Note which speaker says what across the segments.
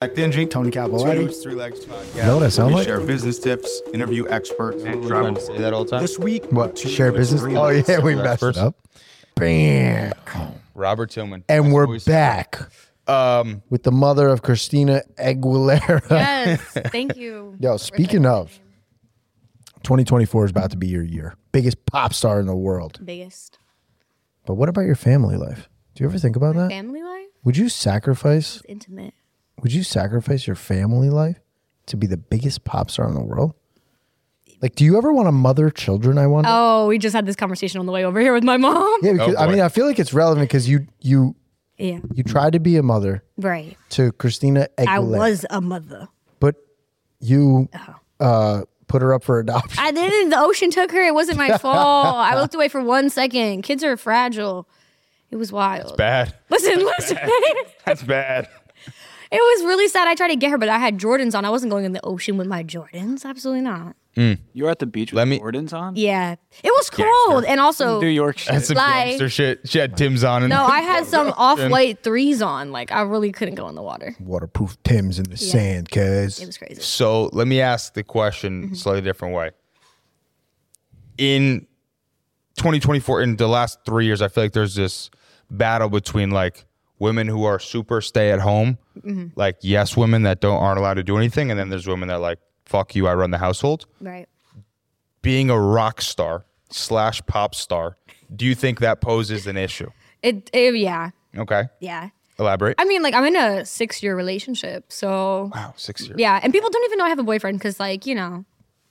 Speaker 1: Black Dendry,
Speaker 2: Tony Capoletti.
Speaker 1: Three Legs Podcast.
Speaker 3: that what I sound
Speaker 1: We
Speaker 3: like?
Speaker 1: Share business tips, interview experts, and
Speaker 4: Trying to say that all the time.
Speaker 1: This week,
Speaker 3: What?
Speaker 1: two
Speaker 3: Share business?
Speaker 1: three
Speaker 3: Oh,
Speaker 1: legs.
Speaker 3: yeah, we messed it
Speaker 4: first.
Speaker 3: up. Bam.
Speaker 4: Robert Tillman.
Speaker 3: And
Speaker 4: That's
Speaker 3: we're
Speaker 4: always-
Speaker 3: back
Speaker 4: Um,
Speaker 3: with the mother of Christina Aguilera.
Speaker 5: Yes. Thank you.
Speaker 3: Yo,
Speaker 5: for
Speaker 3: speaking
Speaker 5: that
Speaker 3: of- 2024 is about to be your year. Biggest pop star in the world.
Speaker 5: biggest
Speaker 3: But what about your family life? Do you ever think about that?
Speaker 5: family life
Speaker 3: Would you sacrifice
Speaker 5: is intimate.
Speaker 3: would you sacrifice your family life to be the biggest pop star in the world? Like, do you ever want to mother children? I wonder.
Speaker 5: Oh, we just had this conversation on the way over here with my mom.
Speaker 3: yeah, because, I
Speaker 4: Oh, boy.
Speaker 3: mean, I feel like it's relevant because you you
Speaker 5: Yeah.
Speaker 3: you tried to be a mother
Speaker 5: Right.
Speaker 3: to Christina Aguilera.
Speaker 5: I was Uh-huh. a mother.
Speaker 3: but you uh, put her up for adoption.
Speaker 5: I didn't. The ocean took her. It wasn't my fault. I looked away for one second. Kids are fragile. It was wild.
Speaker 4: bad.
Speaker 5: Listen, listen. it
Speaker 4: That's bad.
Speaker 5: was really sad. I tried to get her, but I had Jordans on. I wasn't going in the ocean with my Jordans. Absolutely not.
Speaker 6: You were at the beach with
Speaker 4: Let me-
Speaker 6: Jordans on?
Speaker 5: Yeah. It was cold. And also,
Speaker 6: New York shit.
Speaker 4: That's some
Speaker 5: Lie.
Speaker 4: gangster shit. She had Tim's on. And
Speaker 5: no, I had some off white threes on. Like, I really couldn't go in the water.
Speaker 3: Waterproof Tim's in the sand, cuz.
Speaker 5: It was crazy.
Speaker 4: so let me ask the question
Speaker 5: Mm-hmm.
Speaker 4: slightly different way. In 2024, in the last three years, I feel like there's this battle between like women who are super stay at home,
Speaker 5: Mm-hmm.
Speaker 4: like yes women that don't aren't allowed to do anything, and then there's women that like fuck you, I run the household.
Speaker 5: Right.
Speaker 4: Being a rock star slash pop star, do you think that poses an issue?
Speaker 5: It, it yeah,
Speaker 4: Okay,
Speaker 5: yeah.
Speaker 4: elaborate.
Speaker 5: I mean, like I'm in a six-year relationship, so
Speaker 4: wow, six years.
Speaker 5: yeah. And people don't even know I have a boyfriend because, like, you know,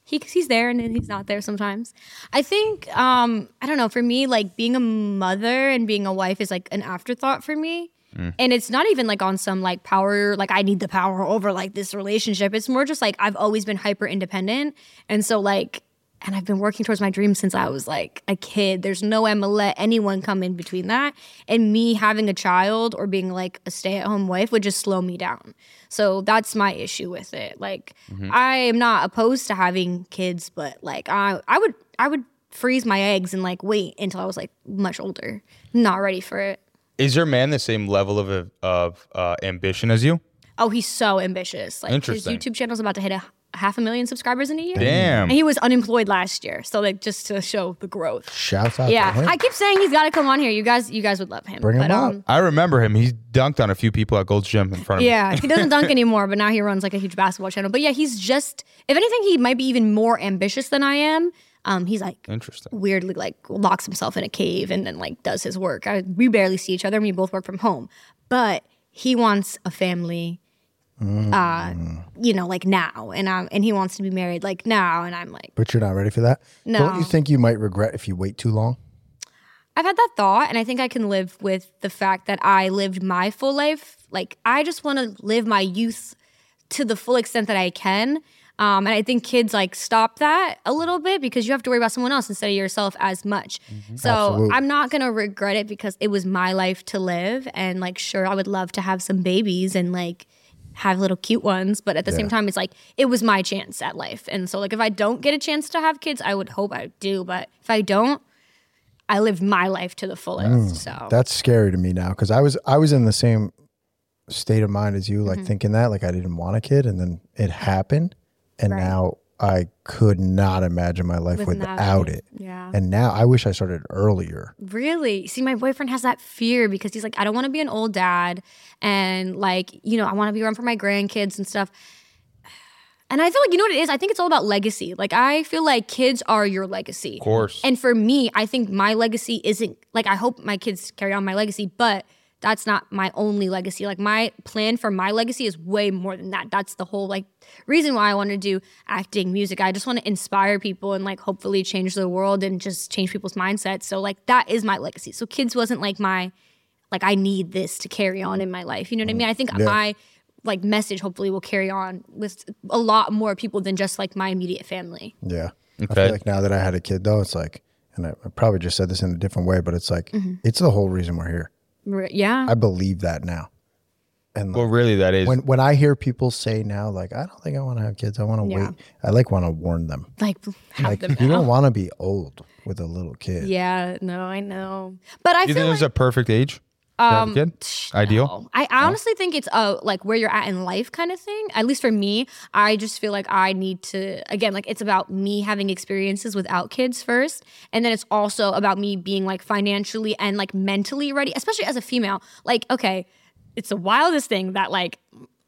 Speaker 5: he he's there and then he's not there sometimes. I think um I don't know. For me, like being a mother and being a wife is like an afterthought for me. And it's not even like on some like power, like I need the power over like this relationship. It's more just like I've always been hyper independent. And so, like, and I've been working towards my dream since I was like a kid. There's no way I'm gonna let anyone come in between that. And me having a child or being like a stay at home wife would just slow me down. So that's my issue with it. Like
Speaker 4: Mm-hmm.
Speaker 5: I am not opposed to having kids, but like I I would I would freeze my eggs and like wait until I was like much older. Not ready for it.
Speaker 4: Is your man the same level of of uh, ambition as you?
Speaker 5: Oh, he's so ambitious. Like his
Speaker 4: Interesting.
Speaker 5: YouTube channel's about to hit a half a million subscribers in a year.
Speaker 4: Damn.
Speaker 5: And he was unemployed last year. So like just to show the growth.
Speaker 3: Shouts out
Speaker 5: Yeah,
Speaker 3: to him.
Speaker 5: I keep saying he's got to come on here. You guys, you guys would love him.
Speaker 3: Bring him up.
Speaker 4: I remember him. He dunked on a few people at Gold's Gym in front of me.
Speaker 5: um, yeah, he doesn't dunk anymore, but now he runs like a huge basketball channel. But yeah, he's just, if anything, he might be even more ambitious than I am. Um, he's like
Speaker 4: Interesting.
Speaker 5: weirdly like locks himself in a cave and then like does his work. I, we barely see each other, and we both work from home. But he wants a family,
Speaker 3: Mm.
Speaker 5: uh, you know, like now, and um, and he wants to be married like now, and I'm like,
Speaker 3: but you're not ready for that. Don't
Speaker 5: No.
Speaker 3: you think you might regret if you wait too long?
Speaker 5: I've had that thought, and I think I can live with the fact that I lived my full life. Like, I just want to live my youth to the full extent that I can. Um, and I think kids like stop that a little bit because you have to worry about someone else instead of yourself as much.
Speaker 3: Mm-hmm.
Speaker 5: So
Speaker 3: Absolutely.
Speaker 5: I'm not gonna regret it because it was my life to live. And like, sure, I would love to have some babies and like have little cute ones, but at the same time, it's like it was my chance at life. And so like, if I don't get a chance to have kids, I would hope I do. But if I don't, I lived my life to the fullest. so
Speaker 3: Mm. That's scary to me now because I was I was in the same state of mind as you, like
Speaker 5: Mm-hmm.
Speaker 3: thinking that like I didn't want a kid, and then it happened, and
Speaker 5: Right.
Speaker 3: now I could not imagine my life without it.
Speaker 5: Yeah.
Speaker 3: And now I wish I started earlier.
Speaker 5: Really? See, my boyfriend has that fear because he's like, I don't want to be an old dad. And like, you know, I want to be around for my grandkids and stuff. And I feel like, you know what it is? I think it's all about legacy. Like, I feel like kids are your legacy.
Speaker 4: Of course.
Speaker 5: And for me, I think my legacy isn't like I hope my kids carry on my legacy, but that's not my only legacy. Like my plan for my legacy is way more than that. That's the whole like reason why I want to do acting, music. I just want to inspire people and like hopefully change the world and just change people's mindsets. So like that is my legacy. So kids wasn't like my like I need this to carry on in my life. You know what I mean? I think my like message hopefully will carry on with a lot more people than just like my immediate family.
Speaker 3: Yeah. I
Speaker 4: Okay.
Speaker 3: feel like now that I had a kid though, it's like, and I, I probably just said this in a different way, but it's like
Speaker 5: Mm-hmm.
Speaker 3: it's the whole reason we're here.
Speaker 5: Re- Yeah.
Speaker 3: I believe that now. And
Speaker 4: Well, really, that is.
Speaker 3: when when I hear people say now, like, I don't think I want to have kids. I want to
Speaker 5: Yeah.
Speaker 3: wait. I like want to warn them.
Speaker 5: like have
Speaker 3: Like
Speaker 5: them
Speaker 3: you
Speaker 5: now.
Speaker 3: don't want to be old with a little kid.
Speaker 5: Yeah, no, I know. But I
Speaker 4: you
Speaker 5: feel
Speaker 4: think
Speaker 5: like Um,
Speaker 4: there's a perfect age? have a kid? Ideal?
Speaker 5: No. I honestly think it's uh like where you're at in life kind of thing. At least for me, I just feel like I need to again like it's about me having experiences without kids first, and then it's also about me being like financially and like mentally ready, especially as a female. Like okay, it's the wildest thing that like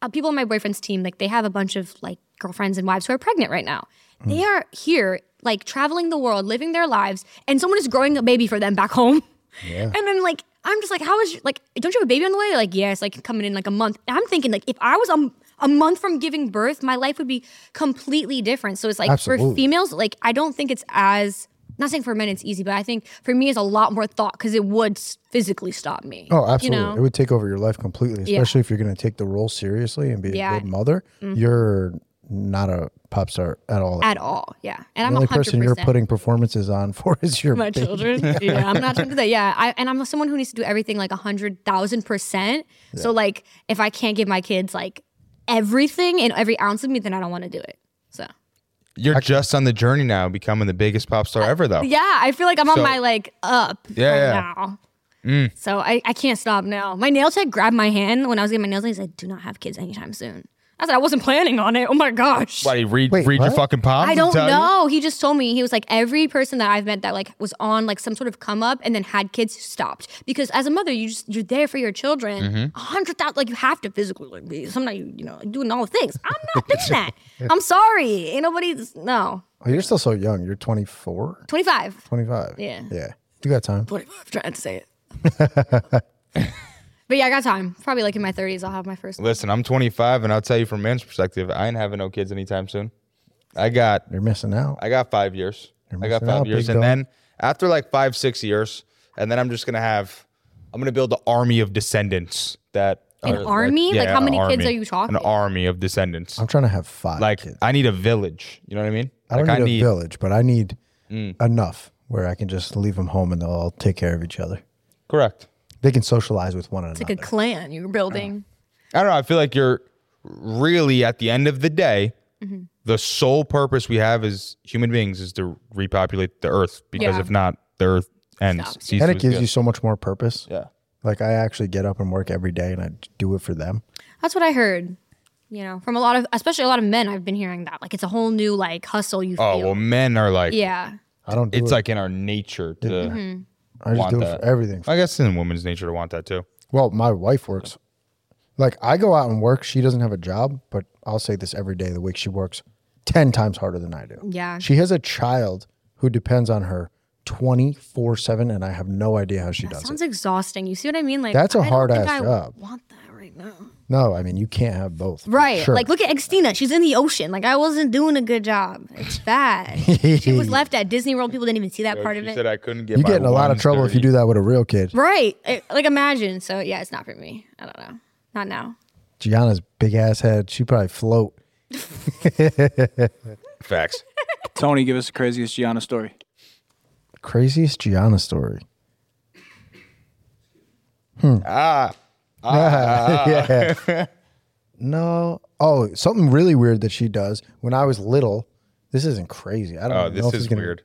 Speaker 5: uh, people on my boyfriend's team like they have a bunch of like girlfriends and wives who are pregnant right now.
Speaker 3: Mm.
Speaker 5: They are here like traveling the world, living their lives, and someone is growing a baby for them back home. And then like I'm just like, how is your, like don't you have a baby on the way? They're Like, yeah, it's like coming in like a month. And I'm thinking like if I was a, a month from giving birth, my life would be completely different. So it's like for
Speaker 3: Absolutely.
Speaker 5: females, like I don't think it's as not saying for men it's easy, but I think for me it's a lot more thought because it would s- physically stop me.
Speaker 3: Oh, absolutely.
Speaker 5: You know?
Speaker 3: It would take over your life completely,
Speaker 5: Yeah.
Speaker 3: especially if you're going to take the role seriously and be
Speaker 5: Yeah. Mm-hmm.
Speaker 3: a good mother. You're not a pop star at all.
Speaker 5: at all. Yeah. And
Speaker 3: the
Speaker 5: I'm
Speaker 3: only
Speaker 5: 100%
Speaker 3: person you're putting performances on for is your
Speaker 5: my
Speaker 3: baby.
Speaker 5: children. Yeah. I'm not trying to do that. Yeah, I, and I'm someone who needs to do everything like a hundred thousand percent. So like, if I can't give my kids like everything and every ounce of me, then I don't want to do it. So
Speaker 4: You're just on the journey now, becoming the biggest pop star ever, though.
Speaker 5: yeah, I feel like I'm
Speaker 4: So-
Speaker 5: on my like up
Speaker 4: Yeah,
Speaker 5: right
Speaker 4: yeah.
Speaker 5: now. So I, I can't stop now. My nail tech grabbed my hand when I was getting my nails done. He said, "Do not have kids anytime soon." I said, "I wasn't planning on it." Oh my gosh.
Speaker 4: Why, read,
Speaker 3: Wait,
Speaker 4: read your
Speaker 3: what?
Speaker 4: fucking palms?
Speaker 5: I
Speaker 4: and
Speaker 5: don't
Speaker 4: tell you?
Speaker 5: know. He just told me he was like every person that I've met that like was on like some sort of come up and then had kids stopped because as a mother you just you're there for your children a hundred thousand like you have to physically like be somebody you know doing all the things. I'm not doing that. I'm sorry. Ain't nobody's no
Speaker 3: Oh, you're still so young. You're 24,
Speaker 5: twenty five.
Speaker 3: 25.
Speaker 5: Yeah.
Speaker 3: Yeah. You got time.
Speaker 5: Twenty five. Trying to say it. but yeah, I got time. Probably like in my thirties, I'll have my first.
Speaker 4: Listen, I'm 25, and I'll tell you from man's perspective, I ain't having no kids anytime soon. I got
Speaker 3: You're missing out.
Speaker 4: I got five years. I got
Speaker 3: missing
Speaker 4: five
Speaker 3: out,
Speaker 4: years.
Speaker 3: big
Speaker 4: And
Speaker 3: dog.
Speaker 4: then after like five, six years, and then I'm just gonna have I'm gonna build an army of descendants that
Speaker 5: An
Speaker 4: are,
Speaker 5: army? Like, how
Speaker 4: an
Speaker 5: many kids are you talking?
Speaker 4: An army of descendants.
Speaker 3: I'm trying to have five.
Speaker 4: like
Speaker 3: kids.
Speaker 4: I need a village. You know what I Mm. mean?
Speaker 3: I don't
Speaker 4: like
Speaker 3: need, a village, but I need enough where I can just leave them home and they'll all take care of each other.
Speaker 4: correct.
Speaker 3: They can socialize with one
Speaker 5: It's
Speaker 3: another.
Speaker 5: like a clan you're building.
Speaker 4: I don't know. I feel like you're really at the end of the day,
Speaker 5: Mm-hmm.
Speaker 4: the sole purpose we have as human beings is to repopulate the earth because
Speaker 5: Yeah.
Speaker 4: if not, the earth ends.
Speaker 5: Stops.
Speaker 4: Ceases
Speaker 3: and it
Speaker 4: to
Speaker 3: gives you
Speaker 4: exist.
Speaker 3: so much more purpose.
Speaker 4: yeah.
Speaker 3: Like I actually get up and work every day and I do it for them.
Speaker 5: That's what I heard. You know, from a lot of, especially a lot of men, I've been hearing that. Like, it's a whole new like hustle you
Speaker 4: Oh
Speaker 5: feel.
Speaker 4: well, men are like
Speaker 5: yeah, Mm-hmm.
Speaker 3: I don't do
Speaker 4: it's
Speaker 3: it.
Speaker 4: like in our nature to.
Speaker 3: I just
Speaker 4: want
Speaker 3: do it
Speaker 4: that.
Speaker 3: for everything.
Speaker 4: I guess it's in women's nature to want that too.
Speaker 3: Well, my wife works. Like I go out and work. She doesn't have a job, but I'll say this every day of the week. She works 10 times harder than I do.
Speaker 5: yeah.
Speaker 3: She has a child who depends on her 24 7, and I have no idea how she does it.
Speaker 5: Sounds exhausting. You see what I mean? Like,
Speaker 3: That's a
Speaker 5: I don't
Speaker 3: hard
Speaker 5: think
Speaker 3: ass
Speaker 5: I
Speaker 3: job.
Speaker 5: Want that right now?
Speaker 3: No, I mean, you can't have both. for
Speaker 5: Right.
Speaker 3: sure.
Speaker 5: Like, look at Extina. She's in the ocean. Like, I wasn't doing a good job. It's bad. she was left at Disney World. People didn't even see that part of
Speaker 4: She
Speaker 5: it.
Speaker 4: said I couldn't get.
Speaker 3: you
Speaker 4: my
Speaker 3: get in a lot of
Speaker 4: ones
Speaker 3: trouble if you
Speaker 4: dirty.
Speaker 3: do that with a real kid.
Speaker 5: right. It- like, imagine. So yeah, it's not for me. I don't know. Not now.
Speaker 3: Gianna's big ass head, she probably float.
Speaker 4: Facts.
Speaker 2: Tony, give us the craziest Gianna story.
Speaker 3: Craziest Gianna story.
Speaker 4: Ah.
Speaker 3: yeah. no. Oh, something really weird that she does. When I was little, this isn't crazy. I don't
Speaker 4: Oh,
Speaker 3: know.
Speaker 4: this
Speaker 3: if it's
Speaker 4: is
Speaker 3: gonna-
Speaker 4: weird.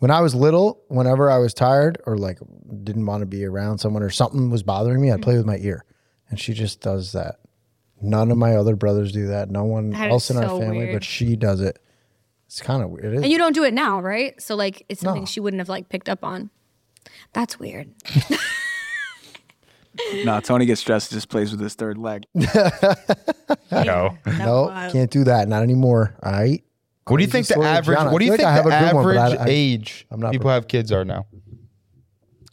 Speaker 3: When I was little, whenever I was tired or like didn't want to be around someone or something was bothering me, I'd play with my ear. And she just does that. None of my other brothers do that. No one
Speaker 5: That is
Speaker 3: else in
Speaker 5: so
Speaker 3: our family,
Speaker 5: weird.
Speaker 3: but she does it. It's kind of weird. It is.
Speaker 5: And you don't do it now, right? So like, it's something
Speaker 3: No.
Speaker 5: she wouldn't have like picked up on. That's weird.
Speaker 2: Nah, Tony gets stressed, just plays with his third leg.
Speaker 4: No.
Speaker 3: no, can't do that. Not anymore. All right.
Speaker 4: What do you
Speaker 3: Crazy
Speaker 4: think the
Speaker 3: story of
Speaker 4: average?
Speaker 3: Gianna.
Speaker 4: What do you
Speaker 3: I feel
Speaker 4: think
Speaker 3: like I
Speaker 4: the
Speaker 3: have a good one, but
Speaker 4: average
Speaker 3: I- I-
Speaker 4: age
Speaker 3: I'm not
Speaker 4: people have kids are now?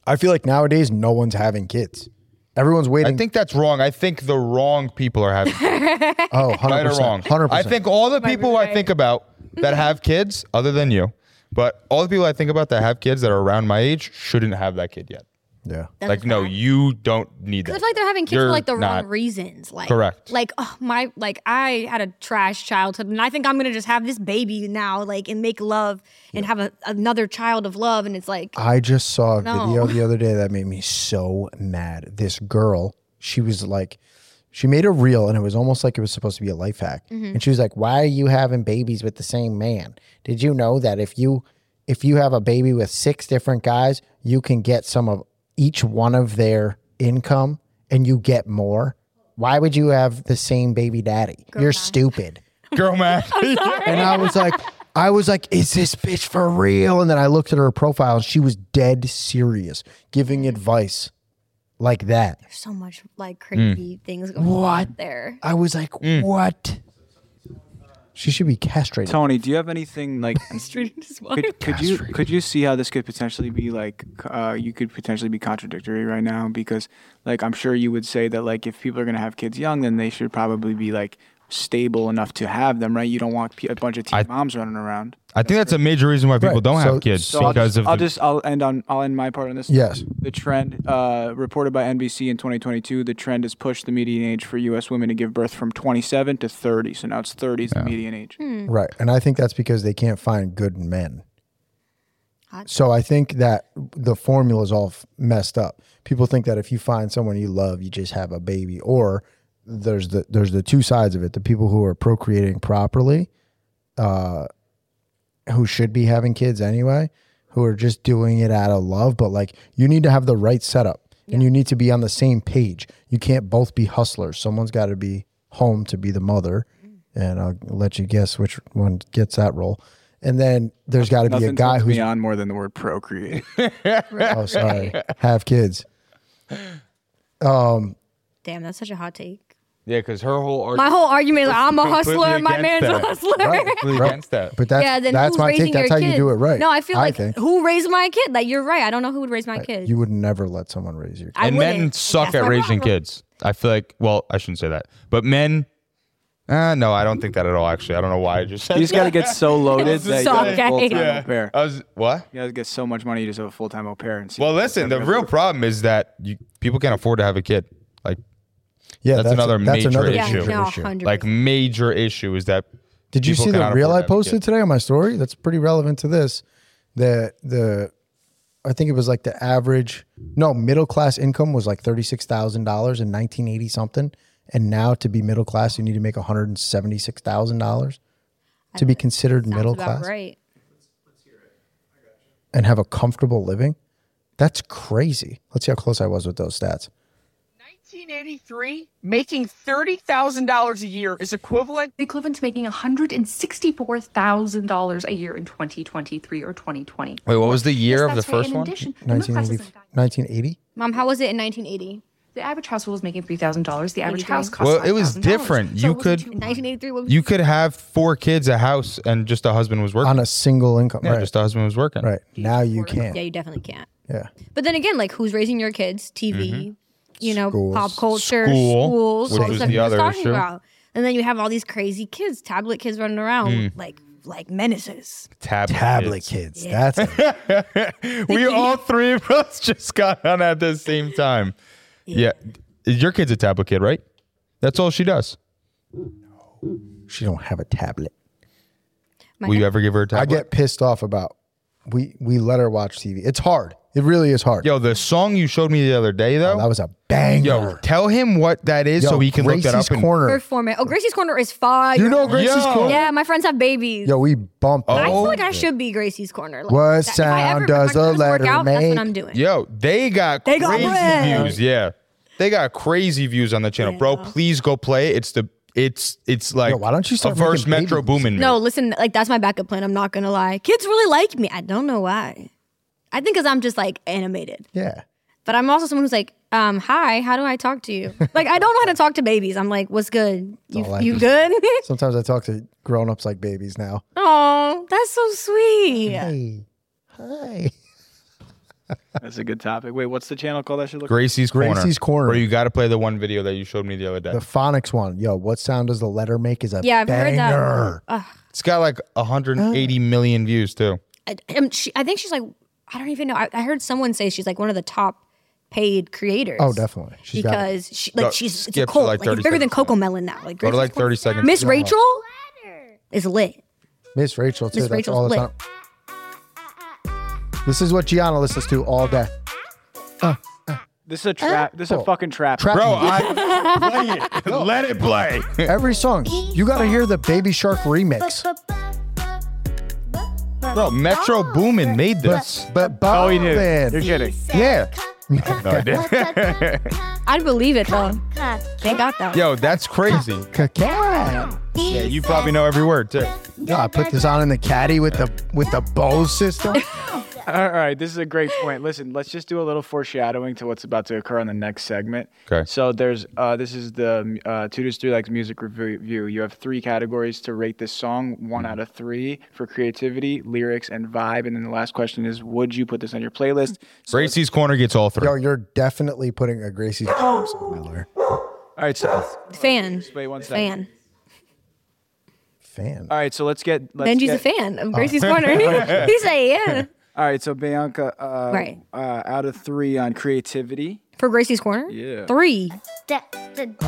Speaker 3: I feel like nowadays no one's having kids. Everyone's
Speaker 4: I
Speaker 3: waiting.
Speaker 4: think that's wrong. I think the wrong people are having. kids.
Speaker 3: oh, 100%.
Speaker 4: Right or wrong?
Speaker 3: 100%.
Speaker 4: I think all the people
Speaker 5: right. Mm-hmm.
Speaker 4: I think about that have kids, other than you, but all the people I think about that have kids that are around my age shouldn't have that kid yet.
Speaker 3: Yeah.
Speaker 5: That's
Speaker 4: Like, no,
Speaker 5: bad.
Speaker 4: you don't need that.
Speaker 5: I feel like they're having kids
Speaker 4: You're
Speaker 5: for like the
Speaker 4: not.
Speaker 5: wrong reasons. Like
Speaker 4: Correct.
Speaker 5: Like oh, my like I had a trash childhood, and I think I'm gonna just have this baby now, like and make love and have a, another child of love, and it's like
Speaker 3: I just saw a
Speaker 5: No.
Speaker 3: video the other day that made me so mad. This girl, she was like, she made a reel and it was almost like it was supposed to be a life hack. And she was like, "Why are you having babies with the same man? Did you know that if you if you have a baby with six different guys, you can get some of each one of their income and you get more, why would you have the same baby daddy? You're stupid.
Speaker 4: Girl math.
Speaker 3: And I was like, I was like, is this bitch for real? And then I looked at her profile and she was dead serious, giving advice like that.
Speaker 5: There's so much like crazy things going on out there.
Speaker 3: I was like, what? She should be castrated.
Speaker 2: Tony, do you have anything like?
Speaker 5: Street is wild.
Speaker 2: Could, could you could you see how this could potentially be like? c- Uh, you could potentially be contradictory right now because, like, I'm sure you would say that like if people are gonna have kids young, then they should probably be like stable enough to have them, right? You don't want pe- a bunch of teen
Speaker 4: I-
Speaker 2: moms running around.
Speaker 4: I think that's a major reason why people
Speaker 3: Right,
Speaker 4: don't
Speaker 3: so-
Speaker 4: have kids
Speaker 2: So I'll
Speaker 4: because
Speaker 2: just,
Speaker 4: of
Speaker 2: I'll
Speaker 4: the-
Speaker 2: just I'll end on I'll end my part on this.
Speaker 3: Yes.
Speaker 2: The trend uh, reported by NBC in 2022, the trend has pushed the median age for U.S. women to give birth from 27 to 30. So now it's 30 is the median age.
Speaker 3: Right. And I think that's because they can't find good men.
Speaker 5: Hot.
Speaker 3: So I think that the formula is all f- messed up. People think that if you find someone you love, you just have a baby. Or there's the there's the two sides of it. The people who are procreating properly, uh, who should be having kids anyway, who are just doing it out of love. But like you need to have the right setup and you need to be on the same page. You can't both be hustlers. Someone's got to be home to be the mother. And I'll let you guess which one gets that role. And then there's got to be a
Speaker 2: Nothing
Speaker 3: guy
Speaker 2: turns
Speaker 3: who's
Speaker 2: me on more than the word procreate.
Speaker 3: Oh, sorry. Have kids.
Speaker 5: Damn, that's such a hot take.
Speaker 4: yeah, because her whole
Speaker 5: My
Speaker 4: argument
Speaker 5: whole argument is like, I'm a
Speaker 4: completely
Speaker 5: hustler, my man's
Speaker 4: against
Speaker 5: a
Speaker 4: that.
Speaker 5: hustler.
Speaker 4: completely against that.
Speaker 3: But that's
Speaker 5: yeah, then
Speaker 3: that's
Speaker 5: who's
Speaker 3: my
Speaker 5: raising
Speaker 3: take. That's
Speaker 5: your
Speaker 3: how you do
Speaker 5: kid?
Speaker 3: it right.
Speaker 5: No, I feel like
Speaker 3: think.
Speaker 5: who raised my kid? Like you're right. I don't know who would raise my kid.
Speaker 3: you would never let someone raise your kid.
Speaker 5: I
Speaker 4: and men
Speaker 5: wouldn't.
Speaker 4: suck
Speaker 5: That's
Speaker 4: at
Speaker 5: my
Speaker 4: raising
Speaker 5: problem.
Speaker 4: kids. I feel like, well, I shouldn't say that, but men. Uh, no, I don't think that at all. Actually, I don't know why I just said.
Speaker 2: You just gotta get so loaded
Speaker 5: It's
Speaker 2: that you
Speaker 5: so
Speaker 2: have a
Speaker 5: gay.
Speaker 2: full time
Speaker 5: Yeah.
Speaker 2: au pair.
Speaker 4: I was what?
Speaker 2: You guys get so much money, you just have a full time au pair. And see
Speaker 4: Well, listen, the real problem is that you, people can't afford to have a kid. Like,
Speaker 3: Yeah,
Speaker 4: That's another major
Speaker 5: Yeah,
Speaker 4: issue.
Speaker 5: no, hundred.
Speaker 4: like major issue is that.
Speaker 3: Did you
Speaker 4: people
Speaker 3: see the
Speaker 4: cannot
Speaker 3: reel
Speaker 4: afford to
Speaker 3: I
Speaker 4: have a
Speaker 3: posted
Speaker 4: kid.
Speaker 3: today on my story? That's pretty relevant to this. The the I think it was like the average no middle class income was like thirty six thousand dollars in nineteen eighty something, and now to be middle class you need to make one hundred and seventy six thousand dollars to be considered
Speaker 5: Sounds
Speaker 3: middle
Speaker 5: about
Speaker 3: class
Speaker 5: Right.
Speaker 3: and have a comfortable living. That's crazy. Let's see how close I was with those stats.
Speaker 6: 1983, making $30,000 a year is equivalent
Speaker 7: the equivalent to making $164,000 a year in 2023 or 2020.
Speaker 4: Wait, what was the year of
Speaker 7: Yes,
Speaker 4: the
Speaker 7: that's right.
Speaker 4: first
Speaker 7: In
Speaker 4: one?
Speaker 7: addition, the middle class
Speaker 3: 1980,
Speaker 7: doesn't die.
Speaker 3: 1980?
Speaker 5: Mom, how was it in 1980?
Speaker 7: The average household was making three thousand dollars. The average
Speaker 5: Eighty-three.
Speaker 7: house cost.
Speaker 4: Well, it was
Speaker 7: $5,000.
Speaker 4: different.
Speaker 7: So
Speaker 4: You
Speaker 7: it wasn't
Speaker 4: could-
Speaker 7: too-
Speaker 5: 1983. What was
Speaker 4: You could have four kids, a house, and just a husband was working.
Speaker 3: on a single income.
Speaker 4: Yeah,
Speaker 3: right.
Speaker 4: just the husband was working.
Speaker 3: right. Now you
Speaker 5: Yeah,
Speaker 3: can't.
Speaker 5: you definitely can't.
Speaker 3: Yeah.
Speaker 5: But then again, like who's raising your kids? TV, you know,
Speaker 3: Schools.
Speaker 5: pop culture,
Speaker 4: Mm-hmm. School,
Speaker 5: schools,
Speaker 4: which
Speaker 5: all
Speaker 4: was
Speaker 5: stuff
Speaker 4: the
Speaker 5: he was
Speaker 4: other
Speaker 5: talking
Speaker 4: issue.
Speaker 5: about. And then you have all these crazy kids, tablet kids running around
Speaker 4: Mm.
Speaker 5: like like menaces.
Speaker 4: Tab
Speaker 3: Tablet
Speaker 4: kids.
Speaker 3: kids.
Speaker 5: Yeah.
Speaker 3: That's it.
Speaker 4: we all three of us just got on at the same time. Yeah. Your kid's a tablet kid, right? That's all she does.
Speaker 3: she don't have a tablet.
Speaker 5: My
Speaker 4: Will you ever give her a
Speaker 3: I
Speaker 4: tablet?
Speaker 3: get pissed off about we we let her watch TV. It's hard. It really is hard.
Speaker 4: Yo, the song you showed me the other day though.
Speaker 3: Oh, that was a banger.
Speaker 4: yo, tell him what that is
Speaker 3: Yo,
Speaker 4: so he can
Speaker 3: Gracie's
Speaker 4: look that up. And,
Speaker 3: corner.
Speaker 5: Performance. Oh, Gracie's Corner is fire.
Speaker 3: you know Gracie's
Speaker 4: Yo.
Speaker 3: corner.
Speaker 5: yeah, my friends have babies.
Speaker 3: Yo, we bumped.
Speaker 5: I
Speaker 4: Oh.
Speaker 5: feel like I should be Gracie's Corner. Like,
Speaker 3: What
Speaker 5: that- if I
Speaker 3: sound
Speaker 5: ever-
Speaker 3: does
Speaker 5: if
Speaker 3: the
Speaker 5: my curves work
Speaker 3: letter
Speaker 5: out, That's
Speaker 3: make?
Speaker 5: what I'm doing.
Speaker 4: yo, they got
Speaker 5: They got
Speaker 4: crazy
Speaker 5: bread.
Speaker 4: views. Yeah, they got crazy views on the channel, bro. Please go play. it. It's the it's it's like
Speaker 3: Yo, why don't you
Speaker 4: a
Speaker 3: start
Speaker 4: verse
Speaker 3: making
Speaker 4: Metro
Speaker 3: babies?
Speaker 4: booming.
Speaker 5: No, listen, like that's my backup plan. I'm not gonna lie. Kids really like me. I don't know why. I think because I'm just like animated.
Speaker 3: Yeah.
Speaker 5: But I'm also someone who's like, um, hi, how do I talk to you? Like, I don't know how to talk to babies. I'm like, what's good?
Speaker 3: all
Speaker 5: You,
Speaker 3: I
Speaker 5: you
Speaker 3: do.
Speaker 5: good?
Speaker 3: Sometimes I talk to grown ups like babies now.
Speaker 5: Oh, that's so sweet.
Speaker 3: Hey. Hi.
Speaker 2: That's a good topic. Wait, what's the channel called? I should look.
Speaker 4: Gracie's corner.
Speaker 3: Gracie's Corner.
Speaker 4: Where you got to play the one video that you showed me the other day.
Speaker 3: The phonics one. Yo, what sound does the letter make is a
Speaker 5: Yeah, I've heard
Speaker 3: banger.
Speaker 5: that. Ugh.
Speaker 4: It's got like
Speaker 3: Uh.
Speaker 4: 180 million views too.
Speaker 5: I, um, she, I think she's like, I don't even know. I, I heard someone say she's like one of the top paid creators.
Speaker 3: Oh, definitely. She's got it.
Speaker 5: because she, like
Speaker 4: No,
Speaker 5: she's it's a
Speaker 4: skip to,
Speaker 5: cult.
Speaker 4: like,
Speaker 5: Like, you're
Speaker 4: 30
Speaker 5: bigger than
Speaker 4: seconds.
Speaker 5: Coco Melon now. Like
Speaker 4: Go to like 30 seconds.
Speaker 5: Miss Rachel is lit.
Speaker 3: Miss Rachel too.
Speaker 5: Miss
Speaker 3: That's
Speaker 5: Rachel's
Speaker 3: all the
Speaker 5: lit.
Speaker 3: time. This is what Gianna listens to all day.
Speaker 2: This is a trap. This is a
Speaker 3: Apple.
Speaker 2: fucking trap.
Speaker 3: Trap
Speaker 4: Bro,
Speaker 3: music.
Speaker 4: I play it. Let it play.
Speaker 3: every song. You gotta hear the Baby Shark remix.
Speaker 4: Bro, Metro Boomin made this.
Speaker 3: But Bob
Speaker 2: Oh, you do.
Speaker 3: Man.
Speaker 2: You're kidding.
Speaker 3: yeah,
Speaker 4: No, I didn't.
Speaker 5: I'd believe it though. They got that.
Speaker 4: Yo, that's crazy.
Speaker 3: Cacao.
Speaker 4: Yeah, you probably know every word too.
Speaker 3: Yo, I put this on in the caddy with the with the bowl system.
Speaker 2: All right, this is a great point. Listen, let's just do a little foreshadowing to what's about to occur on the next segment.
Speaker 4: Okay.
Speaker 2: So there's uh, this is the uh, Tutors Three Likes music review. You have three categories to rate this song. One out of three for creativity, lyrics, and vibe. And then the last question is, would you put this on your playlist?
Speaker 4: Gracie's corner gets all
Speaker 3: Yo,
Speaker 4: three.
Speaker 3: you're definitely putting a Gracie Jones on Miller.
Speaker 2: All right. So
Speaker 5: Fan.
Speaker 2: wait one second.
Speaker 5: Fan.
Speaker 3: Fan.
Speaker 2: All right. So let's get. Let's
Speaker 5: Benji's
Speaker 2: get, Oh.
Speaker 5: a fan of Gracie's Corner. He's like, yeah.
Speaker 2: All right. So Bianca. Uh,
Speaker 5: Right.
Speaker 2: Uh, out of three on creativity.
Speaker 5: For Gracie's Corner?
Speaker 2: Yeah.
Speaker 5: Three.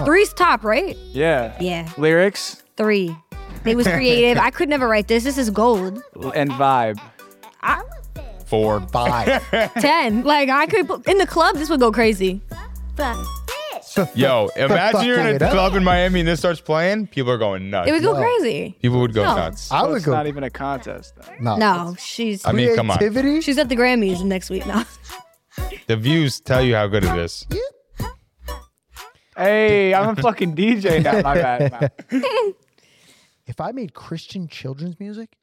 Speaker 5: Three's top, right?
Speaker 2: Yeah.
Speaker 5: Yeah.
Speaker 2: Lyrics
Speaker 5: Three. It was creative. I could never write this. This is gold.
Speaker 2: and vibe.
Speaker 4: Four.
Speaker 3: Five.
Speaker 5: Ten. Like I could put- in the club, this would go crazy.
Speaker 4: Yo, imagine you're in
Speaker 3: Fucking it
Speaker 4: a
Speaker 3: up.
Speaker 4: club in Miami and this starts playing. People are going nuts.
Speaker 5: It would go crazy.
Speaker 4: People would go
Speaker 5: No.
Speaker 4: nuts.
Speaker 3: I
Speaker 2: So
Speaker 3: would
Speaker 2: it's
Speaker 3: go.
Speaker 2: not even a contest. Though.
Speaker 5: No, she's
Speaker 4: I mean, come on.
Speaker 3: Creativity?
Speaker 5: she's at the Grammys next week now.
Speaker 4: The views tell you how good it is.
Speaker 2: Hey, I'm a fucking DJ now. My bad. My bad.
Speaker 3: If I made Christian children's music,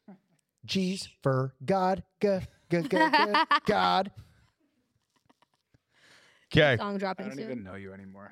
Speaker 3: G's for God, g- g- g- g- God.
Speaker 4: Okay.
Speaker 5: Song dropping
Speaker 2: I don't
Speaker 5: soon.
Speaker 2: even know you anymore.